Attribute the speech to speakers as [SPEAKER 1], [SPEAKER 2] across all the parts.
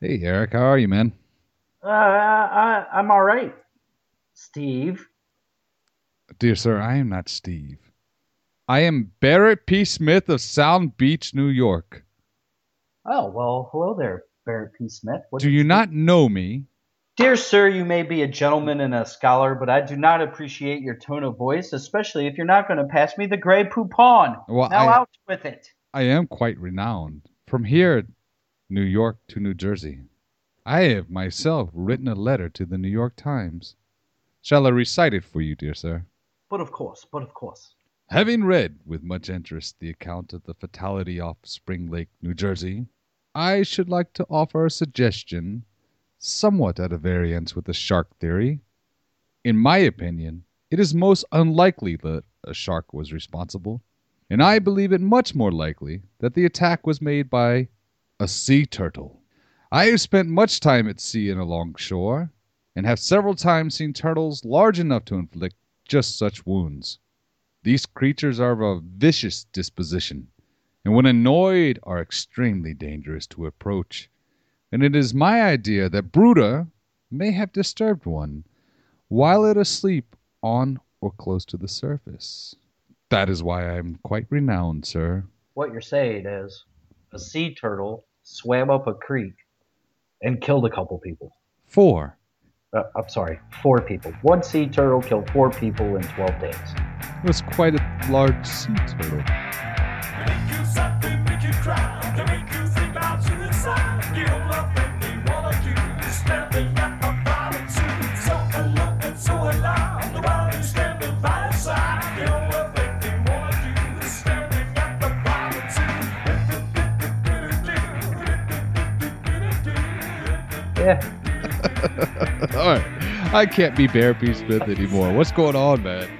[SPEAKER 1] Hey, Eric, how are you, man?
[SPEAKER 2] Uh, I, I, I'm all right, Steve.
[SPEAKER 1] Dear sir, I am not Steve. I am Barrett P. Smith of Sound Beach, New York.
[SPEAKER 2] Oh, well, hello there, Barrett P. Smith. What
[SPEAKER 1] Do you not know me?
[SPEAKER 2] Dear sir, you may be a gentleman and a scholar, but I do not appreciate your tone of voice, especially if you're not going to pass me the gray poupon.
[SPEAKER 1] Well,
[SPEAKER 2] now
[SPEAKER 1] I-
[SPEAKER 2] out with it.
[SPEAKER 1] I am quite renowned. From here, New York to New Jersey, I have myself written a letter to the New York Times. Shall I recite it for you, dear sir?
[SPEAKER 2] But of course, but of course.
[SPEAKER 1] Having read with much interest the account of the fatality off Spring Lake, New Jersey, I should like to offer a suggestion somewhat at a variance with the shark theory. In my opinion, it is most unlikely that a shark was responsible, and I believe it much more likely that the attack was made by a sea turtle. I have spent much time at sea and along shore, and have several times seen turtles large enough to inflict just such wounds. These creatures are of a vicious disposition, and when annoyed are extremely dangerous to approach. And it is my idea that Bruta may have disturbed one while it asleep on or close to the surface. That is why I am quite renowned, sir.
[SPEAKER 2] What you're saying is a sea turtle swam up a creek and killed a couple people.
[SPEAKER 1] Four.
[SPEAKER 2] Uh, I'm sorry, four people. One sea turtle killed four people in 12 days.
[SPEAKER 1] It was quite a large sea turtle.
[SPEAKER 3] Make you suck, they make you cry, they make you think about suicide. You love and they wanna you, standing at my bottom too. So alone and so alive, nobody's standing by your side. You love and they wanna you, standing at the bottom too.
[SPEAKER 2] Yeah.
[SPEAKER 1] All right. I can't be Bear P. Smith anymore. What's going on, man?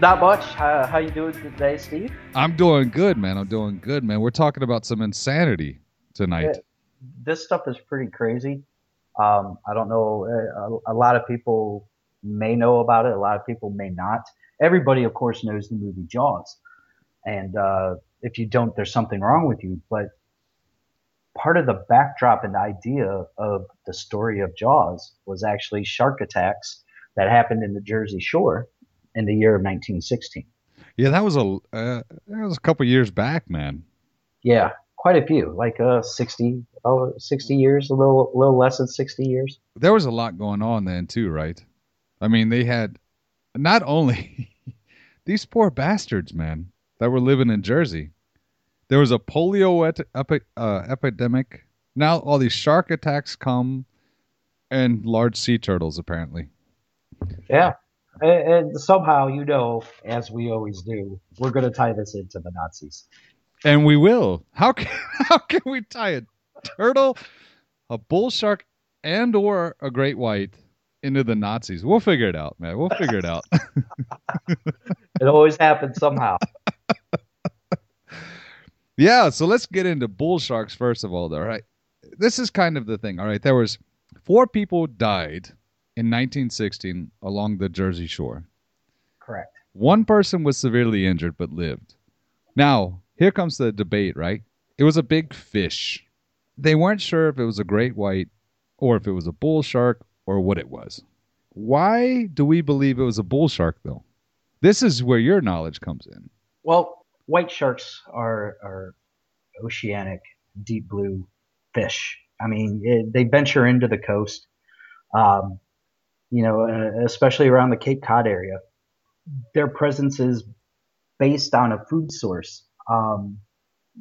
[SPEAKER 2] Not much. How, how you doing today, Steve?
[SPEAKER 1] I'm doing good, man. I'm doing good, man. We're talking about some insanity tonight.
[SPEAKER 2] This stuff is pretty crazy. Um, I don't know. uh, A, a lot of people may know about it. A lot of people may not. Everybody, of course, knows the movie Jaws, and uh, if you don't, there's something wrong with you. But part of the backdrop and idea of the story of Jaws was actually shark attacks that happened in the Jersey Shore in the year of 1916.
[SPEAKER 1] Yeah, that was a uh, that was a couple years back, man.
[SPEAKER 2] Yeah, quite a few, like uh, 60, oh, 60 years, a little, little less than 60 years.
[SPEAKER 1] There was a lot going on then too, right? I mean, they had not only these poor bastards, man, that were living in Jersey. There was a polio et- epi- uh, epidemic. Now all these shark attacks come, and large sea turtles apparently.
[SPEAKER 2] Yeah. And, and somehow, you know, as we always do, we're going to tie this into the Nazis.
[SPEAKER 1] And we will. How can how can we tie a turtle, a bull shark, and or a great white into the Nazis? We'll figure it out, man. We'll figure it out.
[SPEAKER 2] It always happens somehow.
[SPEAKER 1] yeah, so let's get into bull sharks first of all, though. Right. This is kind of the thing. All right. There was four people died in 1916 along the Jersey Shore.
[SPEAKER 2] Correct.
[SPEAKER 1] One person was severely injured but lived. Now, here comes the debate, right? It was a big fish. They weren't sure if it was a great white or if it was a bull shark or what it was. Why do we believe it was a bull shark, though? This is where your knowledge comes in.
[SPEAKER 2] Well, white sharks are, are oceanic, deep blue fish. I mean, it, they venture into the coast, um, you know, uh, especially around the Cape Cod area. Their presence is based on a food source. Um,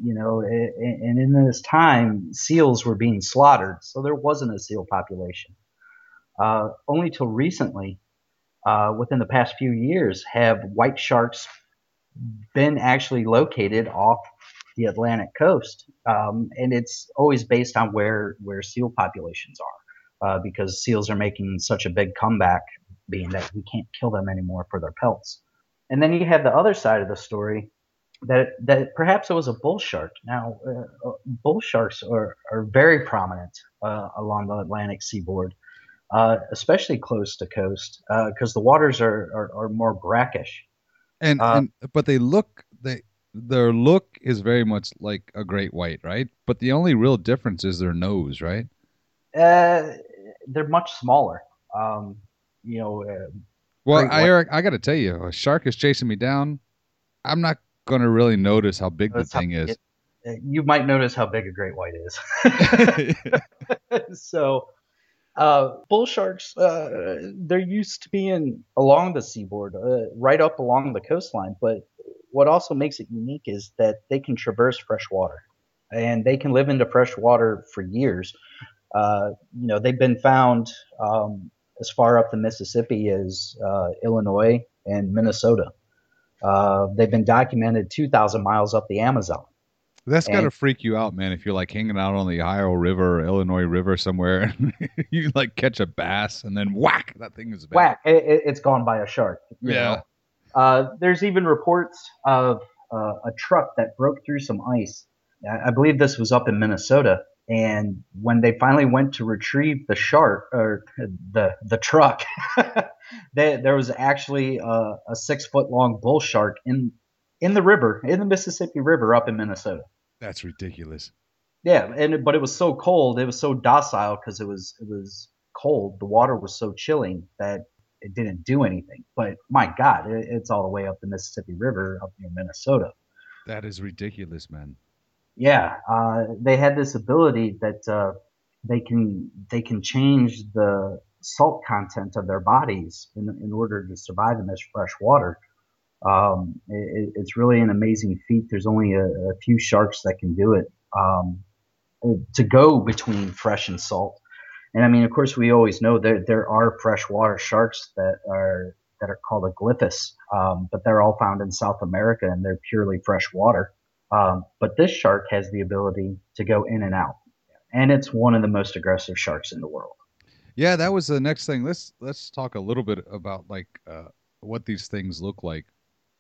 [SPEAKER 2] you know, a- a- and in this time, seals were being slaughtered, so there wasn't a seal population. Uh, only till recently, uh, within the past few years, have white sharks been actually located off the Atlantic coast, um, and it's always based on where where seal populations are, uh, because seals are making such a big comeback, being that we can't kill them anymore for their pelts. And then you have the other side of the story that that perhaps it was a bull shark. Now, uh, uh, bull sharks are are very prominent uh, along the Atlantic seaboard. Uh, especially close to coast, because the waters are, are, are more brackish.
[SPEAKER 1] And,
[SPEAKER 2] Uh,
[SPEAKER 1] and but they look they their look is very much like a great white, right? But the only real difference is their nose, right?
[SPEAKER 2] Uh, they're much smaller. Um, you know, uh,
[SPEAKER 1] Well,
[SPEAKER 2] Great
[SPEAKER 1] I,
[SPEAKER 2] white-
[SPEAKER 1] Eric, I got to tell you, a shark is chasing me down. I'm not going to really notice how big the
[SPEAKER 2] That's how
[SPEAKER 1] thing is.
[SPEAKER 2] you might notice how big a great white is. so uh, bull sharks uh, they're used to being along the seaboard uh, right up along the coastline but what also makes it unique is that they can traverse fresh water and they can live into fresh water for years uh, you know they've been found um, as far up the mississippi as uh, illinois and minnesota uh, they've been documented 2000 miles up the amazon
[SPEAKER 1] That's got to
[SPEAKER 2] And-
[SPEAKER 1] freak you out, man. If you're like hanging out on the Ohio River or Illinois River somewhere, and you like catch a bass and then whack, that thing is back.
[SPEAKER 2] whack it, it, it's gone by a shark you
[SPEAKER 1] Yeah.
[SPEAKER 2] know? Uh, there's even reports of uh, a truck that broke through some ice. I I believe this was up in Minnesota. And when they finally went to retrieve the shark or the the truck, they, there was actually a, a six foot long bull shark in in the river in the Mississippi River up in Minnesota.
[SPEAKER 1] That's ridiculous.
[SPEAKER 2] Yeah, and but it was so cold, it was so docile because it was it was cold. The water was so chilling that it didn't do anything. But my God, it, it's all the way up the Mississippi River up near Minnesota.
[SPEAKER 1] That is ridiculous, man.
[SPEAKER 2] Yeah, uh, they had this ability that uh, they can they can change the salt content of their bodies in, in order to survive in this fresh water. Um, it, it- it's really an amazing feat. There's only a, a few sharks that can do it. Um, to go between fresh and salt, and I mean, of course, we always know there there are freshwater sharks that are that are called aglyphus, um, but they're all found in South America and they're purely freshwater. Um, but this shark has the ability to go in and out, and it's one of the most aggressive sharks in the world.
[SPEAKER 1] Yeah, that was the next thing. Let's let's talk a little bit about like uh, what these things look like.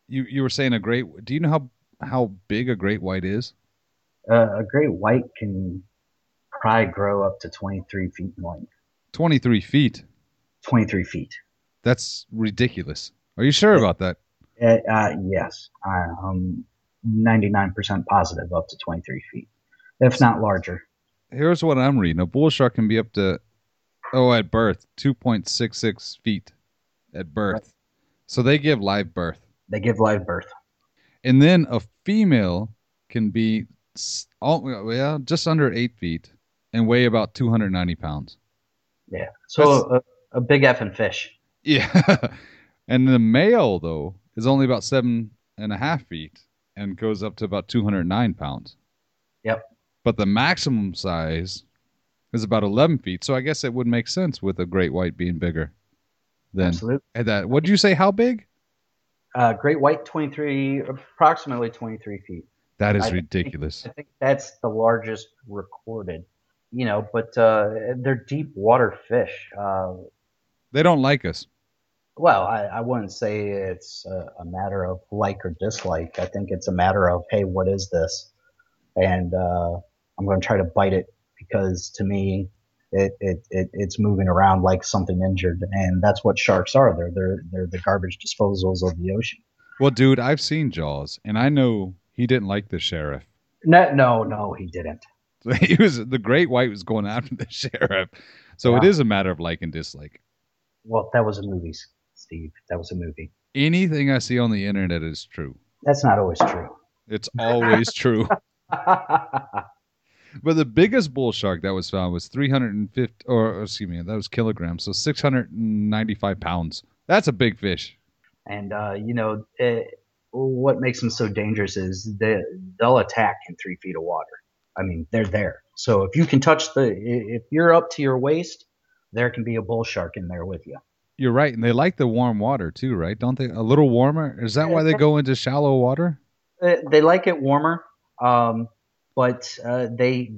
[SPEAKER 1] You you were saying a great. Do you know how how big a great white is?
[SPEAKER 2] Uh, a great white can probably grow up to 23 feet in length.
[SPEAKER 1] Twenty three feet.
[SPEAKER 2] 23 feet.
[SPEAKER 1] That's ridiculous. Are you sure about that?
[SPEAKER 2] Uh, uh, yes, I- I'm 99% positive up to 23 feet, if not larger.
[SPEAKER 1] Here's what I'm reading. A bull shark can be up to oh at birth two point six six feet at birth. So they give live birth,
[SPEAKER 2] They give live birth.
[SPEAKER 1] and then a female can be s- all well just under eight feet and weigh about two hundred ninety pounds.
[SPEAKER 2] Yeah. So a, a big effing fish.
[SPEAKER 1] Yeah. and the male, though, is only about seven and a half feet and goes up to about 209 pounds.
[SPEAKER 2] Yep.
[SPEAKER 1] But the maximum size is about 11 feet. So I guess it would make sense with a great white being bigger than
[SPEAKER 2] Absolutely.
[SPEAKER 1] and that. What did you say? How big?
[SPEAKER 2] Uh, great white, 23, approximately 23 feet.
[SPEAKER 1] That is
[SPEAKER 2] I-
[SPEAKER 1] ridiculous.
[SPEAKER 2] I think that's the largest recorded. You know, but uh, they're deep water fish. Uh,
[SPEAKER 1] They don't like us.
[SPEAKER 2] well, I, I wouldn't say it's a, a matter of like or dislike. I think it's a matter of, hey, what is this? And uh, I'm going to try to bite it because to me, it, it, it it's moving around like something injured, and that's what sharks are. They're they're they're the garbage disposals of the ocean.
[SPEAKER 1] Well, dude, I've seen Jaws, and I know he didn't like the sheriff.
[SPEAKER 2] No, no, no, he didn't.
[SPEAKER 1] he was the great white was going after the sheriff. So it
[SPEAKER 2] Yeah.
[SPEAKER 1] is a matter of like and dislike.
[SPEAKER 2] Well, that was a movie, Steve. That was a movie.
[SPEAKER 1] anything I see on the internet is true.
[SPEAKER 2] That's not always true.
[SPEAKER 1] It's always true. But the biggest bull shark that was found was 350, or excuse me, that was kilograms, so 695 pounds. That's a big fish.
[SPEAKER 2] and uh, you know eh, what makes them so dangerous is they they'll attack in three feet of water. I mean, they're there. So if you can touch the, i- if you're up to your waist, there can be a bull shark in there with you.
[SPEAKER 1] You're right, and they like the warm water too, right? Don't they? A little warmer. Is that why they go into shallow water?
[SPEAKER 2] Eh, They like it warmer, um, but uh, they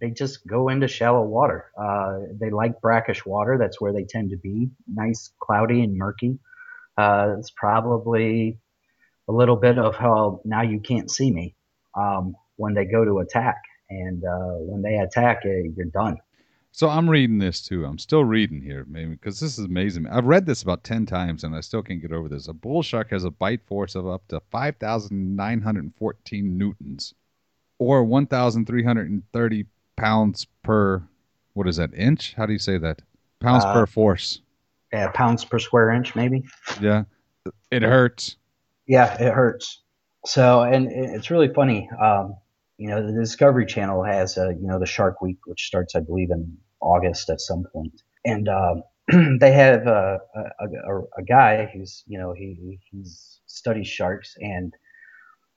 [SPEAKER 2] they just go into shallow water. Uh, they like brackish water. That's where they tend to be. Nice, cloudy, and murky. Uh, it's probably a little bit of how now you can't see me um, when they go to attack. And uh, when they attack, eh, you're done.
[SPEAKER 1] So I'm reading this too. I'm still reading here, maybe because this is amazing. I've read this about ten times and I still can't get over this. A bull shark has a bite force of up to five thousand nine hundred fourteen newtons, or one thousand three hundred and thirty pounds per what is that inch? How do you say that? Pounds
[SPEAKER 2] Uh,
[SPEAKER 1] per force.
[SPEAKER 2] Yeah, pounds per square inch, maybe.
[SPEAKER 1] Yeah, it hurts.
[SPEAKER 2] Yeah, it hurts. So, and it- it's really funny. Um, you know, the Discovery Channel has, uh, you know, the Shark Week, which starts, I believe, in August at some point. And um, they have uh, a, a, a guy who's, you know, he he- he's studies sharks, and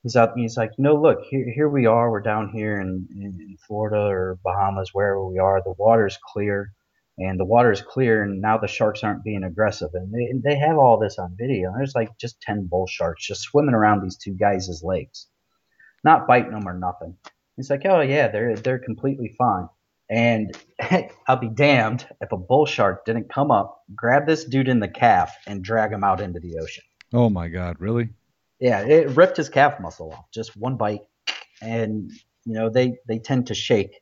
[SPEAKER 2] he's out. He's like, you know, look, here, here we are. We're down here in, in in Florida or Bahamas, wherever we are. The water's clear, and the water's clear, and now the sharks aren't being aggressive. And they, and they have all this on video. And there's like just 10 bull sharks just swimming around these two guys' legs, not biting them or nothing. He's like, oh, yeah, they're, they're completely fine. And I'll be damned if a bull shark didn't come up, grab this dude in the calf, and drag him out into the ocean.
[SPEAKER 1] Oh my God, really?
[SPEAKER 2] Yeah, it ripped his calf muscle off, just one bite. And you know they they tend to shake,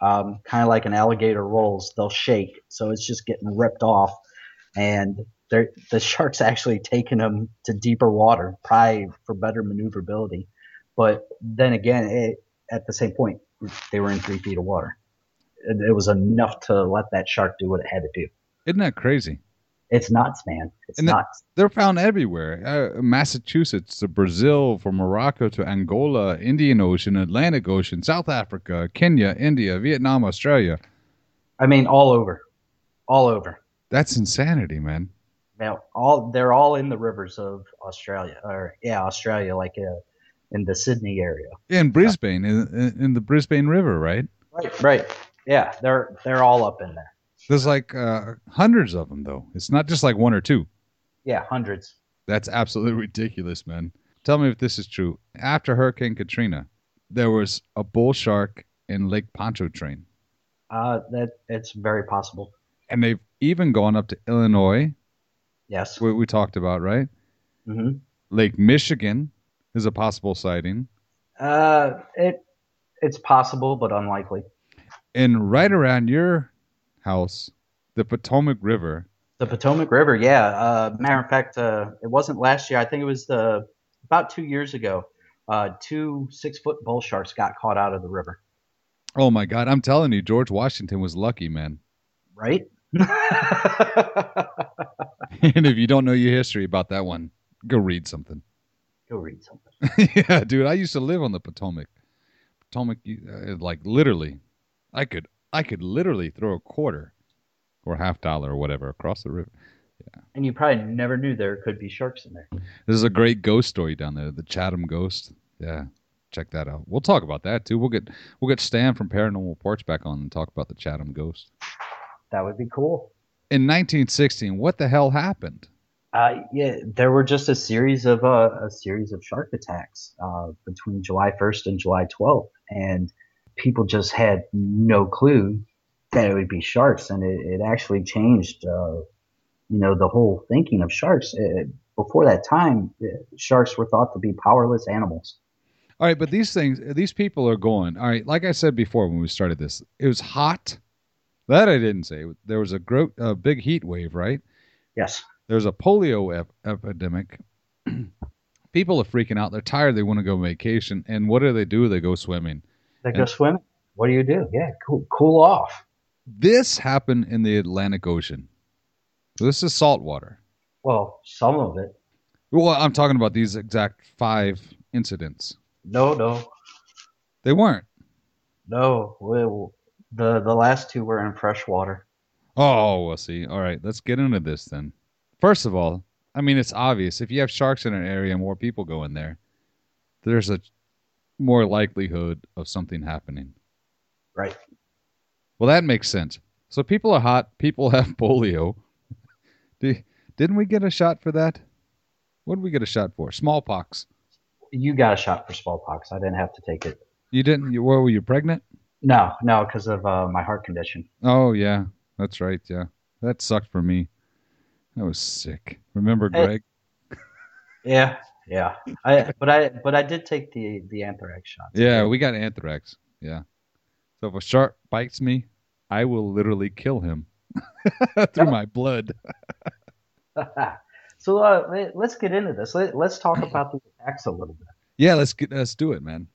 [SPEAKER 2] um, kind of like an alligator rolls. They'll shake, so it's just getting ripped off. And they're, the shark's actually taking him to deeper water, probably for better maneuverability. But then again, it, at the same point, they were in three feet of water. It, it was enough to let that shark do what it had to do.
[SPEAKER 1] Isn't that crazy?
[SPEAKER 2] It's nuts, man. It's
[SPEAKER 1] And that-
[SPEAKER 2] nuts.
[SPEAKER 1] They're found everywhere: uh, Massachusetts to Brazil, from Morocco to Angola, Indian Ocean, Atlantic Ocean, South Africa, Kenya, India, Vietnam, Australia.
[SPEAKER 2] I mean, all over, all over.
[SPEAKER 1] That's insanity, man.
[SPEAKER 2] Now, all they're all in the rivers of Australia, or yeah, Australia, like uh, in the Sydney area.
[SPEAKER 1] In Brisbane, in, in, in the Brisbane River, right?
[SPEAKER 2] Right, right. Yeah, they're they're all up in there.
[SPEAKER 1] There's like uh, hundreds of them, though. It's not just like one or two.
[SPEAKER 2] Yeah, hundreds.
[SPEAKER 1] That's absolutely ridiculous, man. Tell me if this is true. After Hurricane Katrina, there was a bull shark in Lake Pontchartrain,
[SPEAKER 2] Uh, that it's very possible.
[SPEAKER 1] and they've even gone up to Illinois,
[SPEAKER 2] Yes.
[SPEAKER 1] what we talked about, right?
[SPEAKER 2] hmm
[SPEAKER 1] Lake Michigan is a possible sighting,
[SPEAKER 2] Uh, it it's possible, but unlikely.
[SPEAKER 1] and right around your house, the Potomac River.
[SPEAKER 2] The Potomac River, yeah. Uh, matter of fact, uh, it wasn't last year. I think it was the about two years ago. Uh, two six foot bull sharks got caught out of the river.
[SPEAKER 1] Oh my God! I'm telling you, George Washington was lucky, man.
[SPEAKER 2] Right.
[SPEAKER 1] and if you don't know your history about that one, go read something.
[SPEAKER 2] Go read something.
[SPEAKER 1] yeah, dude, I used to live on the Potomac. Potomac, uh, like literally, I could I could literally throw a quarter or half dollar or whatever across the river.
[SPEAKER 2] And you probably never knew there could be sharks in there.
[SPEAKER 1] This is a great ghost story down there, the Chatham Ghost. Yeah, check that out. We'll talk about that too. We'll get we'll get Stan from Paranormal Reports back on and talk about the Chatham Ghost.
[SPEAKER 2] That would be cool.
[SPEAKER 1] In 1916, what the hell happened?
[SPEAKER 2] Uh, yeah, there were just a series of uh, a series of shark attacks uh, between July 1st and July 12th, and people just had no clue that it would be sharks, and it, it actually changed, uh, you know, the whole thinking of sharks. Uh before that time, uh, sharks were thought to be powerless animals.
[SPEAKER 1] All right, but these things, these people are going. All right, like I said before when we started this, it was hot. That I didn't say. There was a gro- a big heat wave, right?
[SPEAKER 2] Yes,
[SPEAKER 1] There's a polio ep- epidemic. people are freaking out. They're tired. They want to go vacation. And what do they do? They go swimming.
[SPEAKER 2] they go
[SPEAKER 1] And-
[SPEAKER 2] swimming. What do you do? Yeah, cool, cool off.
[SPEAKER 1] This happened in the Atlantic Ocean. So this is salt water.
[SPEAKER 2] Well, some of it.
[SPEAKER 1] Well, I'm talking about these exact five incidents.
[SPEAKER 2] No, no,
[SPEAKER 1] They weren't.
[SPEAKER 2] No, well, the the last two were in freshwater.
[SPEAKER 1] Oh, we'll see. All right, let's get into this then. First of all, I mean, it's obvious if you have sharks in an area, more people go in there. There's a more likelihood of something happening.
[SPEAKER 2] Right.
[SPEAKER 1] Well, that makes sense. So people are hot. People have polio. Di- Didn't we get a shot for that? What did we get a shot for? Smallpox.
[SPEAKER 2] You got a shot for smallpox. I didn't have to take it.
[SPEAKER 1] You didn't. You, were were you pregnant?
[SPEAKER 2] No, no, because of uh, my heart condition.
[SPEAKER 1] Oh yeah, that's right. Yeah, that sucked for me. That was sick. Remember,
[SPEAKER 2] Hey,
[SPEAKER 1] Greg?
[SPEAKER 2] Yeah, yeah. I but I but I did take the the anthrax shot.
[SPEAKER 1] Yeah, we got anthrax. Yeah. So if a shark bites me, I will literally kill him through my blood.
[SPEAKER 2] so uh, let- let's get into this. Let, let's talk about the attacks a little bit.
[SPEAKER 1] Yeah, let's get let's do it, man.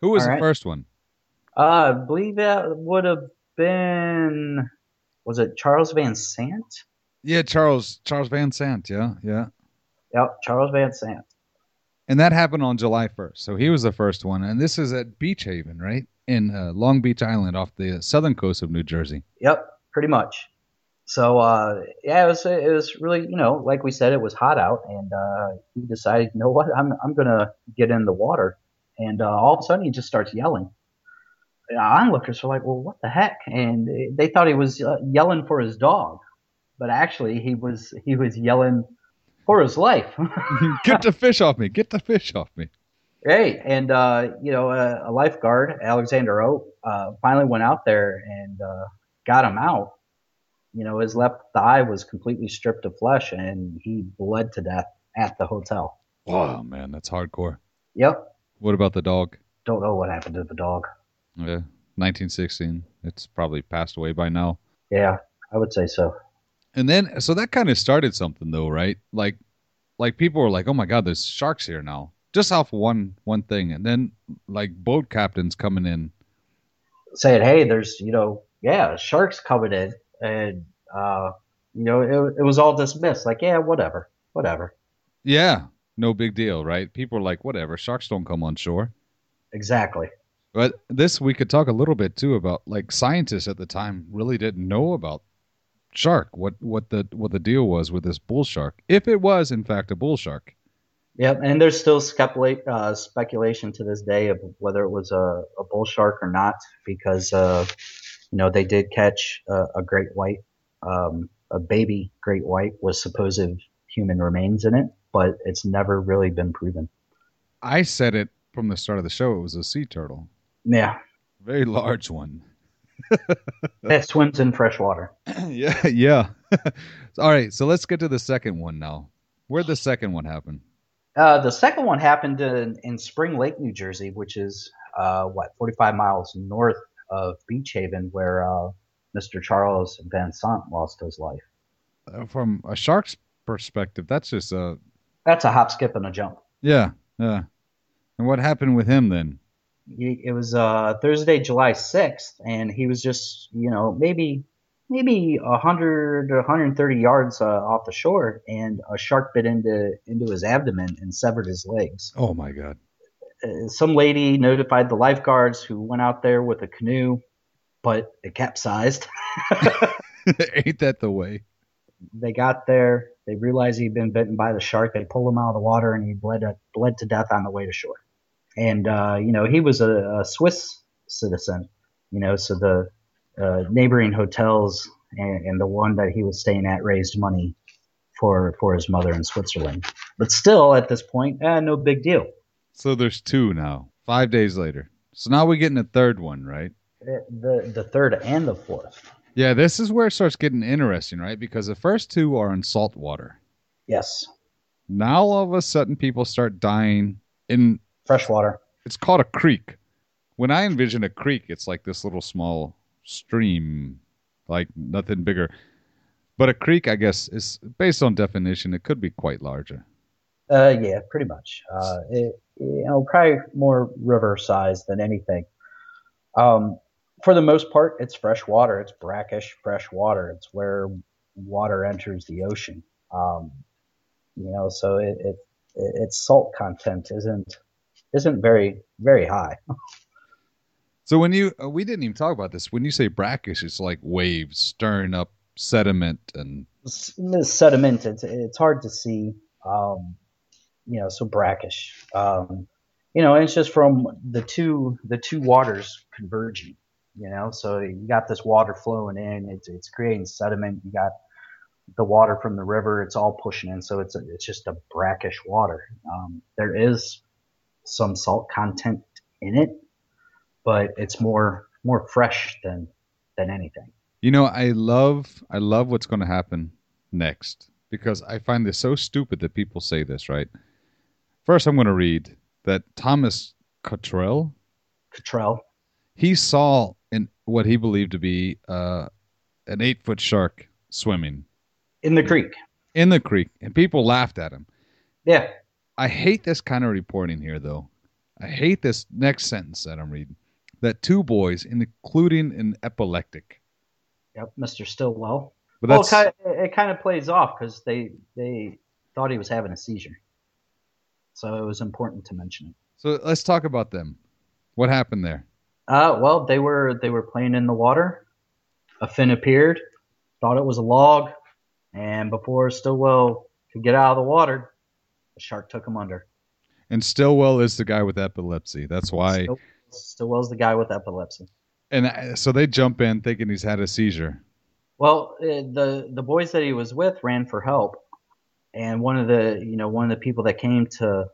[SPEAKER 1] Who was
[SPEAKER 2] All
[SPEAKER 1] the
[SPEAKER 2] right.
[SPEAKER 1] first one?
[SPEAKER 2] Uh, I believe that would have been was it Charles Van Sant?
[SPEAKER 1] Yeah, Charles Charles Van Sant. Yeah, yeah.
[SPEAKER 2] Yep, Charles Van Sant.
[SPEAKER 1] And that happened on July 1st. So he was the first one. And this is at Beach Haven, right? In uh, Long Beach Island off the southern coast of New Jersey.
[SPEAKER 2] Yep, pretty much. So uh, yeah, it was it was really you know like we said it was hot out, and uh, he decided you know what I'm I'm gonna get in the water, and uh, all of a sudden he just starts yelling. And onlookers were like, well, what the heck? And they thought he was uh, yelling for his dog, but actually he was he was yelling for his life.
[SPEAKER 1] Get the fish off me. Get the fish off me.
[SPEAKER 2] Hey, and uh, you know, a, a lifeguard, Alexander O, uh, finally went out there and uh, got him out. You know, his left thigh was completely stripped of flesh, and he bled to death at the hotel.
[SPEAKER 1] Wow, Oh, man, that's hardcore.
[SPEAKER 2] Yep,
[SPEAKER 1] What about the dog?
[SPEAKER 2] don't know what happened to the dog.
[SPEAKER 1] Yeah, 1916. It's probably passed away by now.
[SPEAKER 2] Yeah, I would say so.
[SPEAKER 1] And then, so that kind of started something, though, right? Like, like people were like, "Oh my God, there's sharks here now," just off one one thing. And then, like, boat captains coming in.
[SPEAKER 2] Saying, hey, there's you know, yeah, sharks coming in, and uh, you know, it, it was all dismissed. Like, yeah, whatever, whatever.
[SPEAKER 1] Yeah, no big deal, right? People are like, "Whatever, sharks don't come on shore."
[SPEAKER 2] Exactly.
[SPEAKER 1] But this we could talk a little bit too about like scientists at the time really didn't know about shark what what the what the deal was with this bull shark if it was in fact a bull shark
[SPEAKER 2] Yep, and there's still speculate, uh, speculation to this day of whether it was a, a bull shark or not, because uh, you know they did catch a, a great white, um, a baby great white with supposed human remains in it, but it's never really been proven.
[SPEAKER 1] I said it from the start of the show it was a sea turtle
[SPEAKER 2] Yeah,
[SPEAKER 1] very large one
[SPEAKER 2] that swims in fresh water.
[SPEAKER 1] yeah yeah all right so let's get to the second one now where'd the second one happen
[SPEAKER 2] Uh, the second one happened in, in Spring Lake, New Jersey, which is uh, what 45 miles north of Beach Haven, where uh, Mr. Charles Van Sant lost his life.
[SPEAKER 1] Uh, from a shark's perspective that's just a
[SPEAKER 2] That's a hop, skip, and a jump.
[SPEAKER 1] yeah yeah and what happened with him then
[SPEAKER 2] he- it was uh, Thursday, July 6th, and he was just, you know, maybe maybe 100 or 130 yards uh, off the shore, and a shark bit into into his abdomen and severed his legs.
[SPEAKER 1] oh my god
[SPEAKER 2] Uh, some lady notified the lifeguards, who went out there with a canoe, but it capsized.
[SPEAKER 1] ain't that the way
[SPEAKER 2] they got there, they realized he'd been bitten by the shark. They pulled him out of the water, and he bled to, bled to death on the way to shore. And uh, you know, he was a, a Swiss citizen. You know, so the uh, neighboring hotels and, and the one that he was staying at raised money for for his mother in Switzerland. But still, at this point, eh, no big deal.
[SPEAKER 1] So there's two now. Five days later. So now we're getting a third one, right?
[SPEAKER 2] Eh, The the third and the fourth.
[SPEAKER 1] Yeah, this is where it starts getting interesting, right? Because the first two are in salt water.
[SPEAKER 2] Yes,
[SPEAKER 1] Now all of a sudden people start dying in
[SPEAKER 2] freshwater.
[SPEAKER 1] it's called a creek. When I envision a creek, it's like this little small stream, like nothing bigger. But a creek, I guess, is based on definition, it could be quite larger.
[SPEAKER 2] Uh, yeah, pretty much. Uh, it, you know, probably more river size than anything. Um, for the most part, it's fresh water. It's brackish fresh water. It's where water enters the ocean. Um, you know, so it, it, it its salt content isn't isn't very very high.
[SPEAKER 1] So when you uh, we didn't even talk about this. When you say brackish, it's like waves stirring up sediment and
[SPEAKER 2] S- sediment. It's it's hard to see. Um, you know, so brackish. Um, you know, and it's just from the two the two waters converging. You know, so you got this water flowing in. It's it's creating sediment. You got the water from the river. It's all pushing in. So it's a, it's just a brackish water. Um, there is some salt content in it, but it's more more fresh than than anything.
[SPEAKER 1] You know, I love I love what's going to happen next because I find this so stupid that people say this, right? First, I'm going to read that Thomas Cottrell,
[SPEAKER 2] Cottrell.
[SPEAKER 1] he saw in what he believed to be uh, an 8-foot shark swimming
[SPEAKER 2] in the creek.
[SPEAKER 1] in the creek and people laughed at him.
[SPEAKER 2] Yeah.
[SPEAKER 1] I hate this kind of reporting here though. I hate this next sentence that I'm reading. that two boys, including an epileptic.
[SPEAKER 2] Yep, Mr. Stillwell.
[SPEAKER 1] But
[SPEAKER 2] well,
[SPEAKER 1] that's
[SPEAKER 2] it kind of, it kind of plays off because they they thought he was having a seizure, so it was important to mention it.
[SPEAKER 1] so. Let's talk about them. What happened there?
[SPEAKER 2] Uh, well, they were they were playing in the water. A fin appeared, thought it was a log, and before Stillwell could get out of the water, the shark took him under.
[SPEAKER 1] And Stillwell is the guy with epilepsy. That's why.
[SPEAKER 2] Still- Stillwell's the guy with epilepsy.
[SPEAKER 1] And uh, so they jump in thinking he's had a seizure.
[SPEAKER 2] Well, uh, the the boys that he was with ran for help, and one of the you know one of the people that came to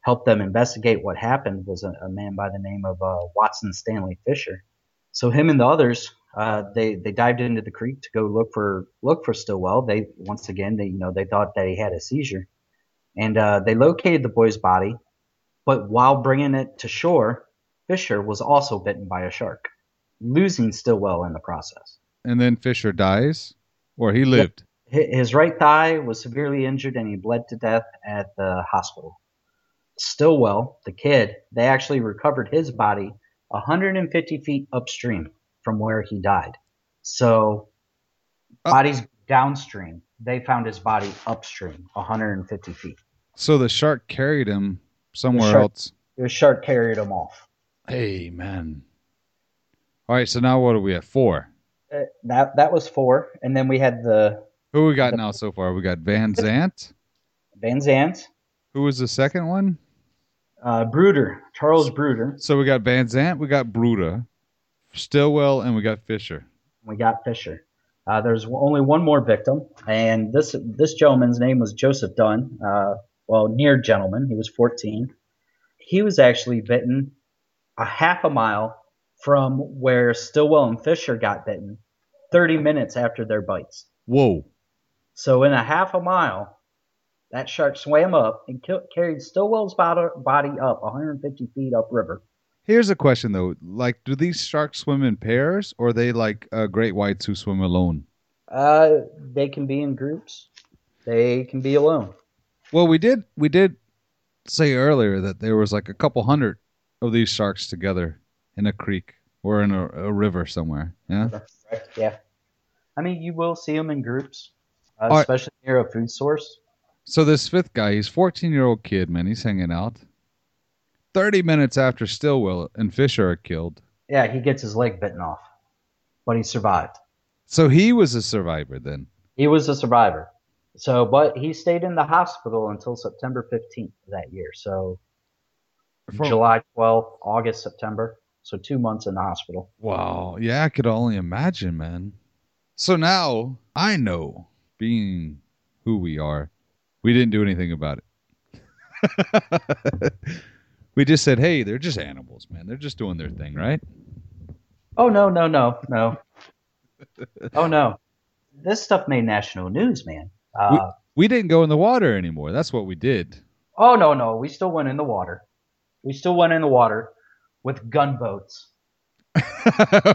[SPEAKER 2] help them investigate what happened was a, a man by the name of uh, Watson Stanley Fisher. So him and the others, uh, they they dived into the creek to go look for look for Stillwell. They once again they you know they thought that he had a seizure, and uh, they located the boy's body, but while bringing it to shore, Fisher was also bitten by a shark, losing Stillwell in the process.
[SPEAKER 1] And then Fisher dies, or he lived.
[SPEAKER 2] Hi- His right thigh was severely injured and he bled to death at the hospital. Stillwell, the kid, they actually recovered his body 150 feet upstream from where he died. So,
[SPEAKER 1] Uh-
[SPEAKER 2] bodies downstream. They found his body upstream, 150 feet.
[SPEAKER 1] So the shark carried him somewhere
[SPEAKER 2] shark-
[SPEAKER 1] else.
[SPEAKER 2] The shark carried him off.
[SPEAKER 1] Hey, man. All right, so now what are we at? Four.
[SPEAKER 2] Uh, That that was four, and then we had the
[SPEAKER 1] Who we got now so far? We got Van Zant.
[SPEAKER 2] Van Zant,
[SPEAKER 1] Who was the second one?
[SPEAKER 2] uh, Bruder, Charles Bruder.
[SPEAKER 1] So we got Van Zant, we got Bruda, Stillwell, and we got Fisher.
[SPEAKER 2] we got Fisher. Uh, there's only one more victim, and this this gentleman's name was Joseph Dunn. Uh, well, near gentleman, he was 14. He was actually bitten a half a mile from where Stillwell and Fisher got bitten, 30 minutes after their bites.
[SPEAKER 1] Whoa.
[SPEAKER 2] So in a half a mile, that shark swam up and ki- carried Stillwell's bod- body up 150 feet upriver.
[SPEAKER 1] Here's a question though: Like, do these sharks swim in pairs, or are they like uh, great whites who swim alone?
[SPEAKER 2] Uh, they can be in groups. They can be alone.
[SPEAKER 1] Well, we did we did say earlier that there was like a couple hundred of these sharks together in a creek or in a, a river somewhere. Yeah.
[SPEAKER 2] Correct, Yeah. I mean, you will see them in groups, uh,
[SPEAKER 1] Alright.
[SPEAKER 2] especially near a food source.
[SPEAKER 1] So this fifth guy, he's 14 year old kid, man. He's hanging out. 30 minutes after Stillwell and Fisher are killed.
[SPEAKER 2] Yeah, he gets his leg bitten off, but he survived.
[SPEAKER 1] So he was a survivor then.
[SPEAKER 2] He was a survivor. So, but he stayed in the hospital until September 15th of that year. So,
[SPEAKER 1] For-
[SPEAKER 2] July 12th, August, September. So, two months in the hospital.
[SPEAKER 1] Wow. Yeah, I could only imagine, man. So now I know, being who we are, we didn't do anything about it. we just said, hey, they're just animals, man. They're just doing their thing, right?
[SPEAKER 2] Oh, no, no, no, no. oh, no. This stuff made national news, man. Uh,
[SPEAKER 1] We didn't go in the water anymore. That's what we did.
[SPEAKER 2] Oh no, no, we still went in the water. We still went in the water with gunboats.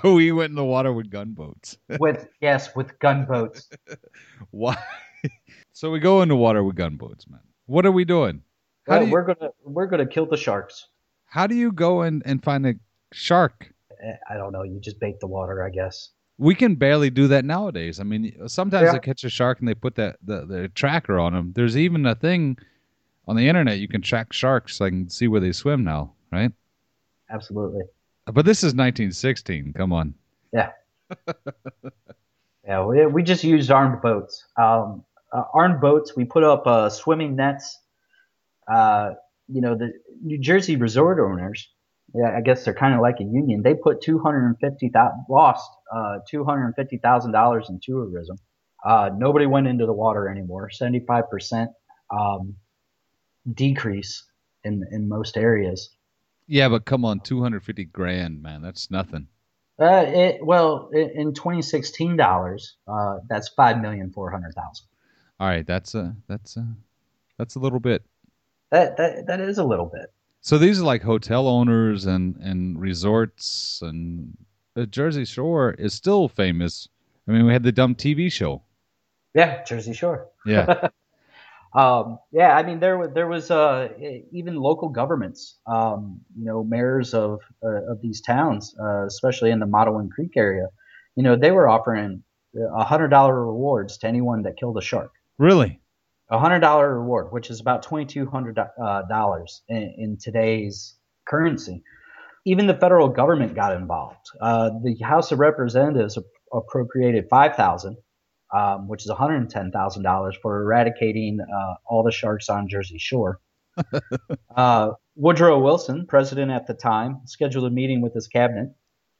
[SPEAKER 1] we went in the water with gunboats.
[SPEAKER 2] With yes, with gunboats.
[SPEAKER 1] Why? so we go in the water with gunboats, man. What are we doing? How
[SPEAKER 2] Well,
[SPEAKER 1] do you,
[SPEAKER 2] We're gonna we're gonna kill the sharks.
[SPEAKER 1] how do you go in and find a shark?
[SPEAKER 2] Eh, I don't know. You just bait the water, I guess.
[SPEAKER 1] we can barely do that nowadays. I mean, sometimes
[SPEAKER 2] Yeah.
[SPEAKER 1] they catch a shark and they put that the, the tracker on them. There's even a thing on the internet you can track sharks so I can see where they swim now, right?
[SPEAKER 2] Absolutely.
[SPEAKER 1] But this is 1916. Come on.
[SPEAKER 2] Yeah, we, we just used armed boats. Um, uh, armed boats. We put up uh, swimming nets. Uh, you know, the New Jersey resort owners. Yeah, I guess they're kind of like a union. They put two hundred and fifty thousand lost uh, two hundred and fifty thousand dollars in tourism. Uh, nobody went into the water anymore. Seventy five percent um, decrease in in most areas.
[SPEAKER 1] Yeah, but come on, 250 grand, man. That's nothing.
[SPEAKER 2] Uh, it, well, in, in 2016 dollars, uh, that's five million four hundred thousand.
[SPEAKER 1] All right, that's a that's a that's a little bit.
[SPEAKER 2] That that that is a little bit.
[SPEAKER 1] So these are like hotel owners and and resorts and the Jersey Shore is still famous. I mean, we had the dumb TV show.
[SPEAKER 2] Yeah, Jersey Shore.
[SPEAKER 1] Yeah.
[SPEAKER 2] Um, yeah, I mean there wa- there was uh, e- even local governments, um, you know, mayors of uh, of these towns, uh, especially in the Matawan Creek area, you know, they were offering a hundred dollar rewards to anyone that killed a shark.
[SPEAKER 1] Really?
[SPEAKER 2] A hundred dollar reward, which is about twenty two hundred uh, dollars in, in today's currency. Even the federal government got involved. Uh, the House of Representatives ap- appropriated five thousand, um, which is one hundred ten thousand dollars for eradicating uh, all the sharks on Jersey Shore. uh, Woodrow Wilson, president at the time, scheduled a meeting with his cabinet,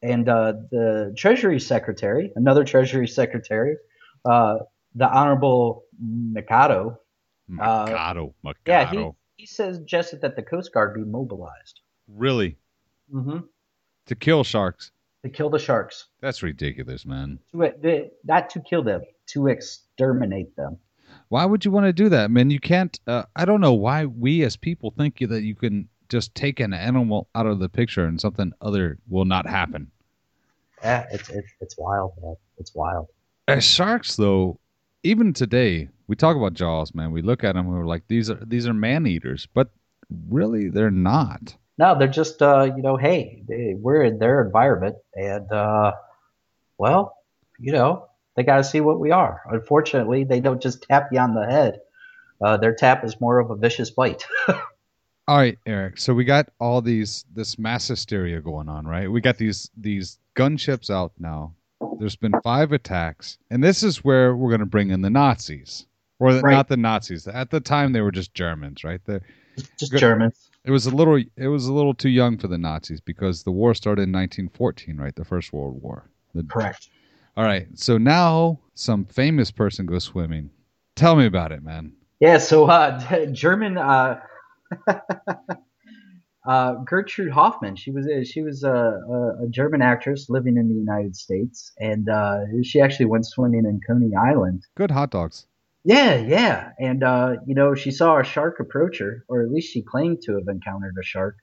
[SPEAKER 2] and uh, the Treasury Secretary, another Treasury Secretary, uh, the Honorable Mikado,
[SPEAKER 1] Mercado. Mercado.
[SPEAKER 2] Uh, yeah, he, he suggested that the Coast Guard be mobilized
[SPEAKER 1] Really?
[SPEAKER 2] mm-hmm.
[SPEAKER 1] To kill sharks?
[SPEAKER 2] to kill the sharks.
[SPEAKER 1] That's ridiculous, man.
[SPEAKER 2] To, the- not to kill them, to exterminate them.
[SPEAKER 1] Why would you want to do that, man? You can't. Uh, I don't know why we as people think that you can just take an animal out of the picture and something other will not happen.
[SPEAKER 2] Yeah, it's, it's, it's wild, man. It's wild.
[SPEAKER 1] As sharks, though, even today we talk about jaws, man. We look at them and we're like, these are these are man eaters, but really they're not.
[SPEAKER 2] No, they're just, uh, you know, hey, they, we're in their environment, and uh, well, you know, they got to see what we are. Unfortunately, they don't just tap you on the head. Uh, their tap is more of a vicious bite.
[SPEAKER 1] All right, Eric. So we got all these this mass hysteria going on, right? We got these these gunships out now. There's been five attacks, and this is where we're going to bring in the Nazis, or the,
[SPEAKER 2] Right.
[SPEAKER 1] not the Nazis. At the time, they were just Germans, right? The,
[SPEAKER 2] just
[SPEAKER 1] Good.
[SPEAKER 2] Germans.
[SPEAKER 1] it was a little it was a little too young for the Nazis because the war started in 1914, right? The First World War. The-
[SPEAKER 2] Correct.
[SPEAKER 1] All right. So now some famous person goes swimming. Tell me about it, man.
[SPEAKER 2] Yeah, so uh, German uh, uh, Gertrude Hoffman. She was a- she was a, a, a German actress living in the United States, and uh, she actually went swimming in Coney Island.
[SPEAKER 1] Good hot dogs.
[SPEAKER 2] Yeah, yeah, and uh, you know she saw a shark approach her, or at least she claimed to have encountered a shark,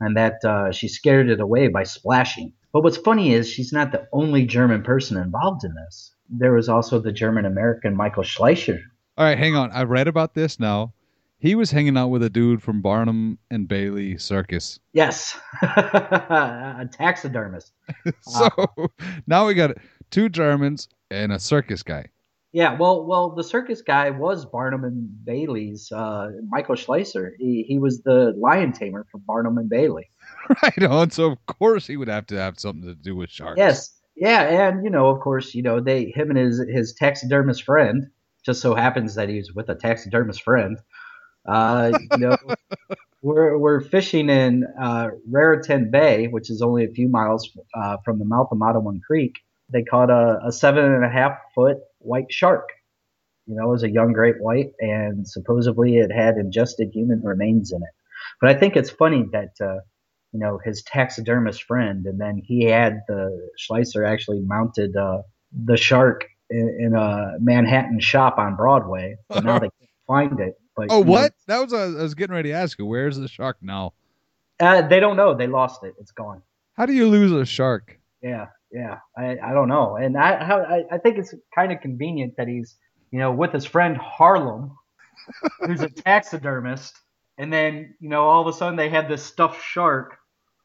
[SPEAKER 2] and that uh, she scared it away by splashing. But what's funny is she's not the only German person involved in this. There was also the German American Michael Schleicher.
[SPEAKER 1] All right, hang on. I read about this now. He was hanging out with a dude from Barnum and Bailey Circus.
[SPEAKER 2] Yes, a taxidermist.
[SPEAKER 1] So now we got two Germans and a circus guy.
[SPEAKER 2] Yeah, well, well, the circus guy was Barnum and Bailey's uh, Michael Schleicher. He, he was the lion tamer for Barnum and Bailey.
[SPEAKER 1] Right on. So of course he would have to have something to do with sharks.
[SPEAKER 2] Yes, yeah, and you know, of course, you know, they him and his his taxidermist friend just so happens that he's with a taxidermist friend. Uh, you know, we're we're fishing in uh, Raritan Bay, which is only a few miles uh, from the mouth of Matawan Creek. They caught a, a seven and a half foot white shark. You know, it was a young great white, and supposedly it had ingested human remains in it. But I think it's funny that uh, you know his taxidermist friend, and then he had the Schleicher actually mounted uh, the shark in, in a Manhattan shop on Broadway. But now they can't find it. But
[SPEAKER 1] Oh
[SPEAKER 2] you know,
[SPEAKER 1] what? That was uh, I was getting ready to ask you. Where's the shark now?
[SPEAKER 2] uh, they don't know. They lost it. It's gone.
[SPEAKER 1] How do you lose a shark?
[SPEAKER 2] Yeah, yeah. I, I don't know. And I, how, I I think it's kind of convenient that he's you know with his friend Harlem, who's a taxidermist, and then you know all of a sudden they have this stuffed shark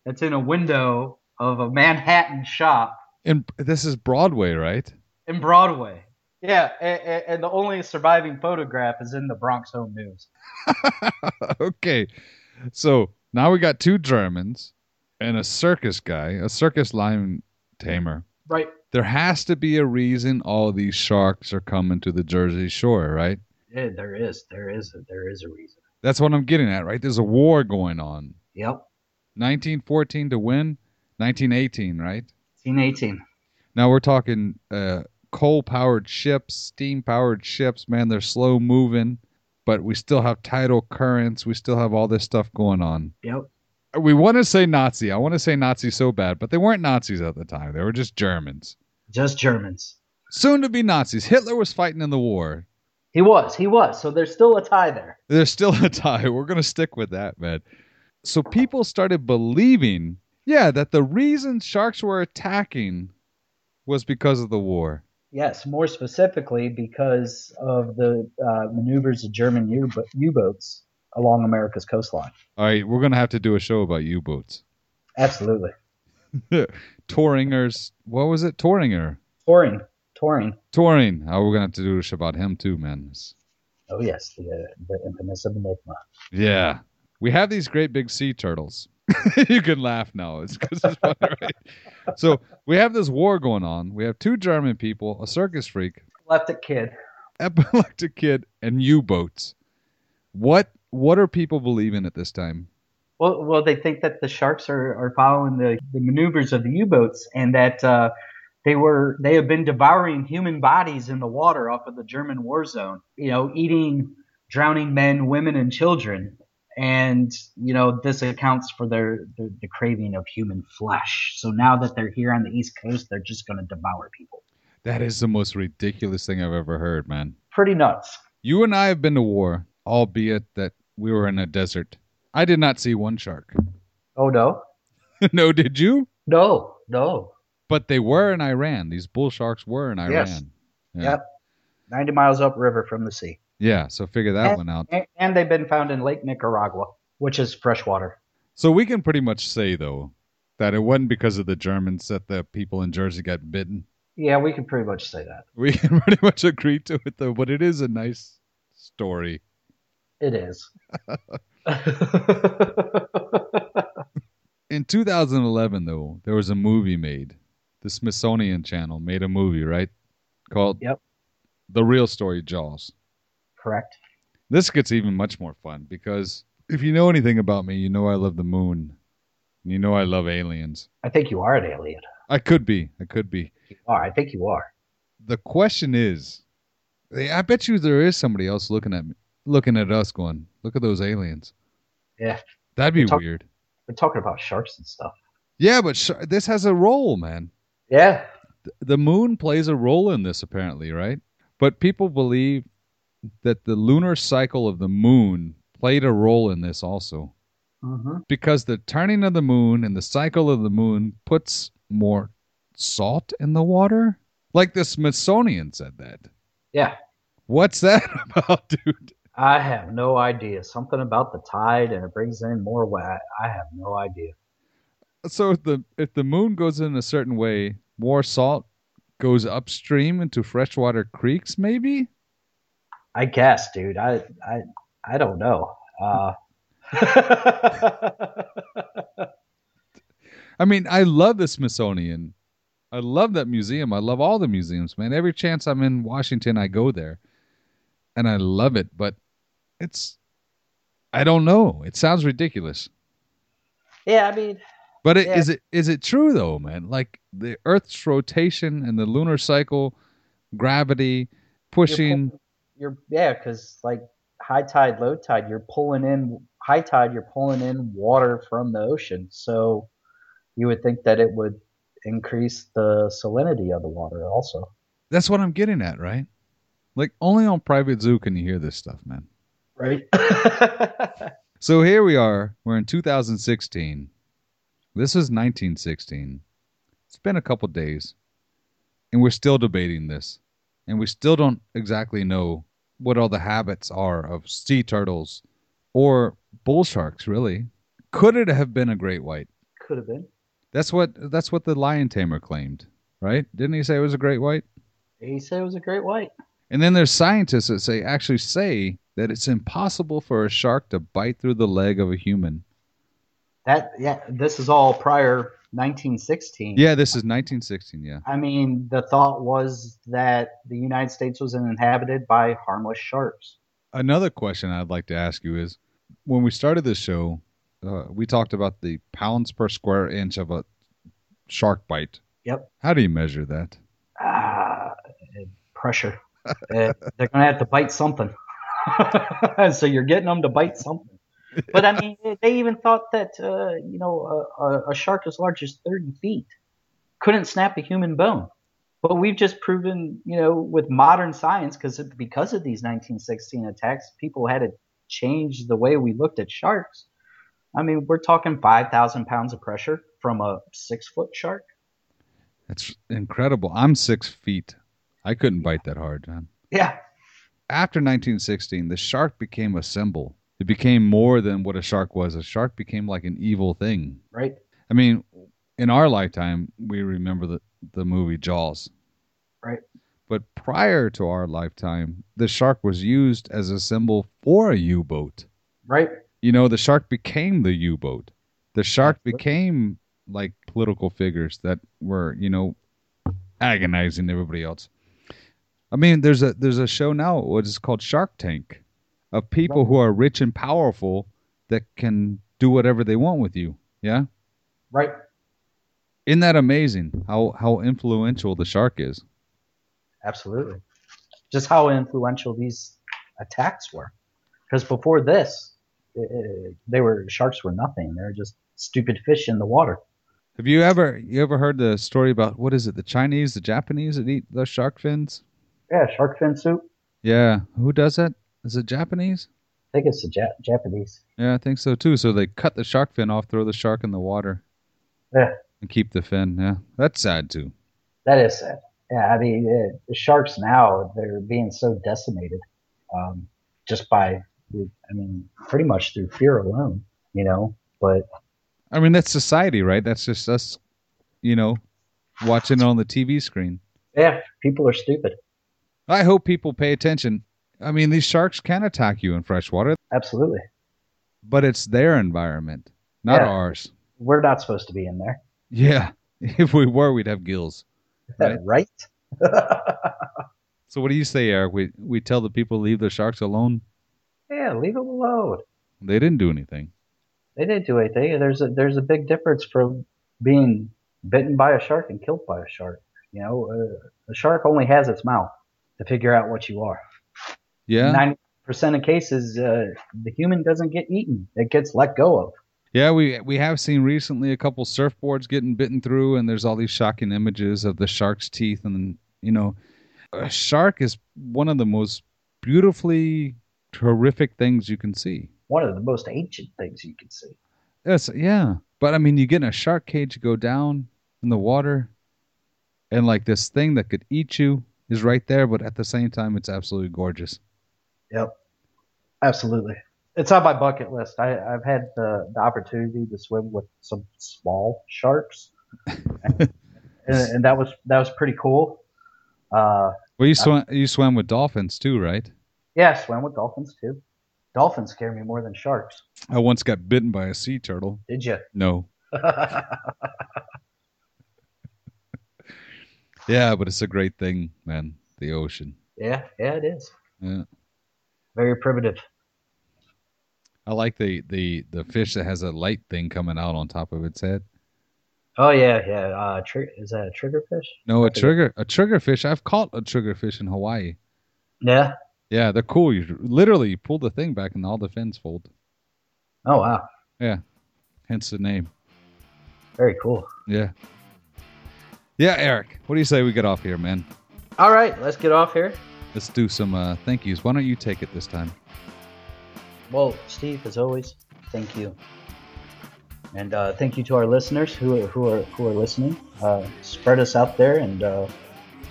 [SPEAKER 2] that's in a window of a Manhattan shop
[SPEAKER 1] And this is Broadway, right?
[SPEAKER 2] in Broadway. Yeah, and, and the only surviving photograph is in the Bronx Home News.
[SPEAKER 1] okay. So now we got two Germans and a circus guy, a circus lion tamer.
[SPEAKER 2] Right.
[SPEAKER 1] There has to be a reason all these sharks are coming to the Jersey Shore, right?
[SPEAKER 2] Yeah, there is, there is, there is a reason.
[SPEAKER 1] That's what I'm getting at, right? There's a war going on.
[SPEAKER 2] Yep.
[SPEAKER 1] 1914 to win, 1918, right?
[SPEAKER 2] 1818.
[SPEAKER 1] Now we're talking uh, coal powered ships, steam powered ships. Man, they're slow moving, but we still have tidal currents. We still have all this stuff going on.
[SPEAKER 2] Yep.
[SPEAKER 1] we want to say Nazi. I want to say Nazi so bad, but they weren't Nazis at the time. They were just Germans.
[SPEAKER 2] Just Germans.
[SPEAKER 1] Soon to be Nazis. Hitler was fighting in the war.
[SPEAKER 2] He was. He was. So there's still a tie there.
[SPEAKER 1] There's still a tie. We're going to stick with that, man. So people started believing, yeah, that the reason sharks were attacking was because of the war.
[SPEAKER 2] Yes, more specifically because of the uh, maneuvers of German U- U-boats along America's coastline.
[SPEAKER 1] All right, we're gonna have to do a show about U-boats.
[SPEAKER 2] Absolutely,
[SPEAKER 1] Toringer's what was it? Toringer.
[SPEAKER 2] touring, touring.
[SPEAKER 1] Toring. Oh, we're gonna have to do a show about him too, man. It's-
[SPEAKER 2] Oh yes, the, uh, the infamous Enigma.
[SPEAKER 1] Yeah. We have these great big sea turtles. you can laugh now. It's because it's funny, right? So we have this war going on. We have two German people, a circus freak,
[SPEAKER 2] Left it, kid.
[SPEAKER 1] epileptic kid, and U-boats. What what are people believing at this time?
[SPEAKER 2] Well, well, they think that the sharks are, are following the, the maneuvers of the U-boats, and that uh, they were they have been devouring human bodies in the water off of the German war zone. You know, eating drowning men, women, and children, and you know this accounts for their the, the craving of human flesh. So now that they're here on the East Coast, they're just going to devour people.
[SPEAKER 1] That is the most ridiculous thing I've ever heard, man.
[SPEAKER 2] Pretty nuts.
[SPEAKER 1] You and I have been to war, albeit that we were in a desert. I did not see one shark.
[SPEAKER 2] Oh no,
[SPEAKER 1] no, did you?
[SPEAKER 2] no, no.
[SPEAKER 1] But they were in Iran. These bull sharks were in Iran.
[SPEAKER 2] Yes.
[SPEAKER 1] Yeah.
[SPEAKER 2] Yep. Ninety miles upriver from the sea.
[SPEAKER 1] Yeah, so figure that one out.
[SPEAKER 2] A- And they've been found in Lake Nicaragua, which is freshwater.
[SPEAKER 1] So we can pretty much say though that it wasn't because of the Germans that the people in Jersey got bitten.
[SPEAKER 2] Yeah, we can pretty much say that.
[SPEAKER 1] We can pretty much agree to it though, but it is a nice story.
[SPEAKER 2] It is.
[SPEAKER 1] In 2011 though, there was a movie made. The Smithsonian Channel made a movie, right? Called
[SPEAKER 2] Yep.
[SPEAKER 1] The Real Story Jaws.
[SPEAKER 2] Correct.
[SPEAKER 1] This gets even much more fun because if you know anything about me, you know I love the moon. You know I love aliens.
[SPEAKER 2] I think you are an alien.
[SPEAKER 1] I could be. I could be.
[SPEAKER 2] You are. I think you are.
[SPEAKER 1] the question is i bet you there is somebody else looking at me looking at us going look at those aliens
[SPEAKER 2] Yeah.
[SPEAKER 1] that'd be
[SPEAKER 2] We're talk-
[SPEAKER 1] weird
[SPEAKER 2] We're talking about sharks and stuff.
[SPEAKER 1] yeah but sh- this has a role man
[SPEAKER 2] Yeah.
[SPEAKER 1] Th- the moon plays a role in this apparently right but people believe that the lunar cycle of the moon played a role in this also
[SPEAKER 2] hmm
[SPEAKER 1] because the turning of the moon and the cycle of the moon puts more salt in the water like the smithsonian said that
[SPEAKER 2] Yeah.
[SPEAKER 1] what's that about dude
[SPEAKER 2] I have no idea. Something about the tide and it brings in more wet. I have no idea.
[SPEAKER 1] so if the if the moon goes in a certain way, more salt goes upstream into freshwater creeks, maybe.
[SPEAKER 2] I guess, dude. I I I don't know. Uh,
[SPEAKER 1] I mean, I love the Smithsonian. I love that museum. I love all the museums, man. Every chance I'm in Washington, I go there, and I love it. But it's, I don't know. It sounds ridiculous,
[SPEAKER 2] yeah, I mean,
[SPEAKER 1] but it,
[SPEAKER 2] Yeah.
[SPEAKER 1] is it is it true though, man? Like the Earth's rotation and the lunar cycle, gravity pushing.
[SPEAKER 2] you're yeah because like high tide low tide you're pulling in high tide you're pulling in water from the ocean so you would think that it would increase the salinity of the water also
[SPEAKER 1] That's what I'm getting at, right? Like only on Private Zoo can you hear this stuff, man.
[SPEAKER 2] right
[SPEAKER 1] So here we are. We're in 2016. This is 1916. It's been a couple days, and we're still debating this, and we still don't exactly know what all the habits are of sea turtles or bull sharks. Really, could it have been a great white?
[SPEAKER 2] could have been
[SPEAKER 1] That's what that's what the lion tamer claimed, right? Didn't he say it was a great white?
[SPEAKER 2] he said it was a great white
[SPEAKER 1] And then there's scientists that say actually say that it's impossible for a shark to bite through the leg of a human.
[SPEAKER 2] that yeah this is all prior 1916
[SPEAKER 1] Yeah, this is 1916. Yeah,
[SPEAKER 2] i mean the thought was that the united states was inhabited by harmless sharks
[SPEAKER 1] another question I'd like to ask you is when we started this show, uh, we talked about the pounds per square inch of a shark bite.
[SPEAKER 2] Yep.
[SPEAKER 1] How do you measure that?
[SPEAKER 2] ah, pressure. Uh, they're going to have to bite something. so you're getting them to bite something. But I mean, they even thought that uh, you know a, a, a shark as large as 30 feet couldn't snap a human bone. But we've just proven, you know, with modern science, because because of these 1916 attacks, people had to change the way we looked at sharks. I mean, we're talking 5,000 pounds of pressure from a six foot shark.
[SPEAKER 1] That's incredible. I'm six feet. I couldn't bite that hard, John.
[SPEAKER 2] Yeah.
[SPEAKER 1] After 1916, the shark became a symbol. It became more than what a shark was. A shark became like an evil thing.
[SPEAKER 2] Right.
[SPEAKER 1] I mean, in our lifetime, we remember the, the movie Jaws.
[SPEAKER 2] Right.
[SPEAKER 1] But prior to our lifetime, the shark was used as a symbol for a U boat.
[SPEAKER 2] Right.
[SPEAKER 1] You know, the shark became the U boat. The shark
[SPEAKER 2] Absolutely.
[SPEAKER 1] became like political figures that were, you know, agonizing everybody else. I mean, there's a there's a show now what is called Shark Tank of people who are rich and powerful that can do whatever they want with you. Yeah?
[SPEAKER 2] Right.
[SPEAKER 1] Isn't that amazing how how influential the shark is?
[SPEAKER 2] Absolutely. Just how influential these attacks were. Because before this, i i they were sharks were nothing. They're just stupid fish in the water.
[SPEAKER 1] Have you ever you ever heard the story about what is it, the Chinese, the Japanese that eat those shark fins?
[SPEAKER 2] Yeah, shark fin soup.
[SPEAKER 1] Yeah. Who does that? Is it Japanese?
[SPEAKER 2] I think it's the ja- Japanese.
[SPEAKER 1] Yeah, I think so too. So they cut the shark fin off, throw the shark in the water.
[SPEAKER 2] Yeah.
[SPEAKER 1] And keep the fin. Yeah. That's sad too.
[SPEAKER 2] That is sad. Yeah, I mean, uh, the sharks now they're being so decimated, um, just by, I mean, pretty much through fear alone, you know. But
[SPEAKER 1] I mean, that's society, right? That's just us, you know, watching it on the TV screen.
[SPEAKER 2] yeah, people are stupid.
[SPEAKER 1] I hope people pay attention. I mean, these sharks can attack you in freshwater,
[SPEAKER 2] Absolutely,
[SPEAKER 1] but it's their environment, not
[SPEAKER 2] Yeah.
[SPEAKER 1] ours.
[SPEAKER 2] we're not supposed to be in there,
[SPEAKER 1] Yeah. If we were, we'd have gills. Right.
[SPEAKER 2] right?
[SPEAKER 1] So what do you say, Eric? We we tell the people to leave the sharks alone.
[SPEAKER 2] yeah, leave them alone.
[SPEAKER 1] They didn't do anything.
[SPEAKER 2] They didn't do anything. There's a there's a big difference from being bitten by a shark and killed by a shark. You know, uh, a shark only has its mouth to figure out what you are.
[SPEAKER 1] Yeah.
[SPEAKER 2] ninety percent of cases, uh, the human doesn't get eaten; it gets let go of.
[SPEAKER 1] Yeah, we we have seen recently a couple surfboards getting bitten through, and there's all these shocking images of the shark's teeth, and you know, a shark is one of the most beautifully horrific things you can see.
[SPEAKER 2] One of the most ancient things you can see.
[SPEAKER 1] Yes, yeah. But I mean, you get in a shark cage, you go down in the water, and like this thing that could eat you is right there, but at the same time, it's absolutely gorgeous.
[SPEAKER 2] Yep, absolutely. It's on my bucket list. I, I've had the, the opportunity to swim with some small sharks, and, and that was that was pretty cool. Uh,
[SPEAKER 1] Well, you swam you swam with dolphins too, right?
[SPEAKER 2] yeah, I swam with dolphins too. Dolphins scare me more than sharks.
[SPEAKER 1] I once got bitten by a sea turtle.
[SPEAKER 2] Did you?
[SPEAKER 1] No, Yeah, but it's a great thing, man. The ocean.
[SPEAKER 2] yeah, yeah, it is.
[SPEAKER 1] Yeah.
[SPEAKER 2] Very primitive.
[SPEAKER 1] I like the the the fish that has a light thing coming out on top of its head.
[SPEAKER 2] Oh yeah, yeah. Uh, tri- is that a triggerfish?
[SPEAKER 1] No, a
[SPEAKER 2] Okay.
[SPEAKER 1] trigger a trigger fish. I've caught a trigger fish in Hawaii.
[SPEAKER 2] Yeah.
[SPEAKER 1] Yeah, they're cool. You literally pull the thing back and all the fins fold.
[SPEAKER 2] Oh wow.
[SPEAKER 1] Hence the name.
[SPEAKER 2] Very cool.
[SPEAKER 1] Yeah. Yeah, Eric. What do you say we get off here, man?
[SPEAKER 2] All right, let's get off here.
[SPEAKER 1] Let's do some uh, thank yous. Why don't you take it this time?
[SPEAKER 2] Well, Steve, as always, thank you, and uh, thank you to our listeners who are, who are who are listening. Uh, spread us out there, and uh,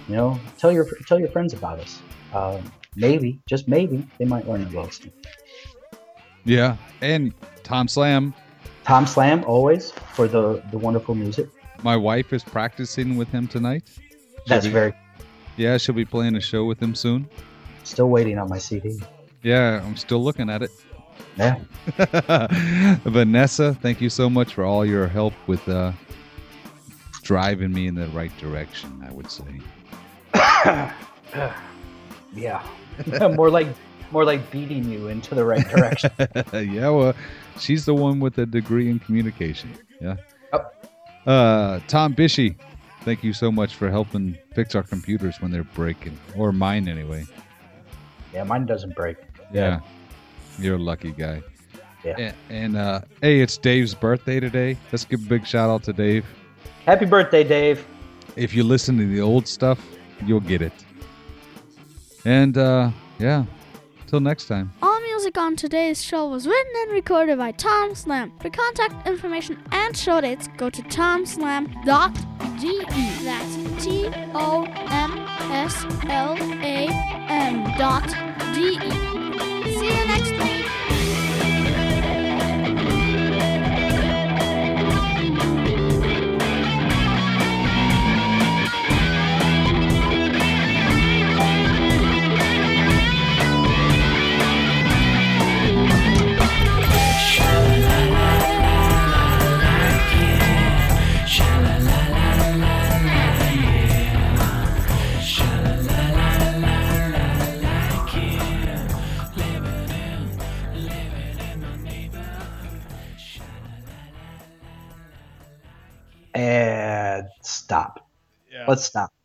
[SPEAKER 2] you know, tell your tell your friends about us. Uh, maybe, just maybe, they might learn about us.
[SPEAKER 1] Yeah, and Tom Slam.
[SPEAKER 2] Tom Slam, always for the the wonderful music.
[SPEAKER 1] My wife is practicing with him tonight.
[SPEAKER 2] That's
[SPEAKER 1] Should we-
[SPEAKER 2] very
[SPEAKER 1] Yeah, she'll be playing a show with him soon.
[SPEAKER 2] still waiting on my CD.
[SPEAKER 1] Yeah, I'm still looking at it.
[SPEAKER 2] Yeah,
[SPEAKER 1] Vanessa, thank you so much for all your help with uh, driving me in the right direction, I would say.
[SPEAKER 2] yeah, more like more like beating you into the right direction.
[SPEAKER 1] Uh, yeah, well, she's the one with the degree in communication. Yeah.
[SPEAKER 2] Yep.
[SPEAKER 1] Uh, Tom Bishy, thank you so much for helping fix our computers when they're breaking, or mine anyway.
[SPEAKER 2] yeah, mine doesn't break.
[SPEAKER 1] Yeah. You're a lucky guy.
[SPEAKER 2] Yeah.
[SPEAKER 1] And, and uh, hey, it's Dave's birthday today. Let's give a big shout out to Dave.
[SPEAKER 2] Happy birthday, Dave.
[SPEAKER 1] if you listen to the old stuff, you'll get it. And uh, yeah, till next time.
[SPEAKER 4] All music on today's show was written and recorded by Tom Slam. For contact information and show dates, go to tomslam.de. That's T O M S L A M dot D E. See you next week.
[SPEAKER 2] And stop.
[SPEAKER 1] Yeah.
[SPEAKER 2] Let's stop.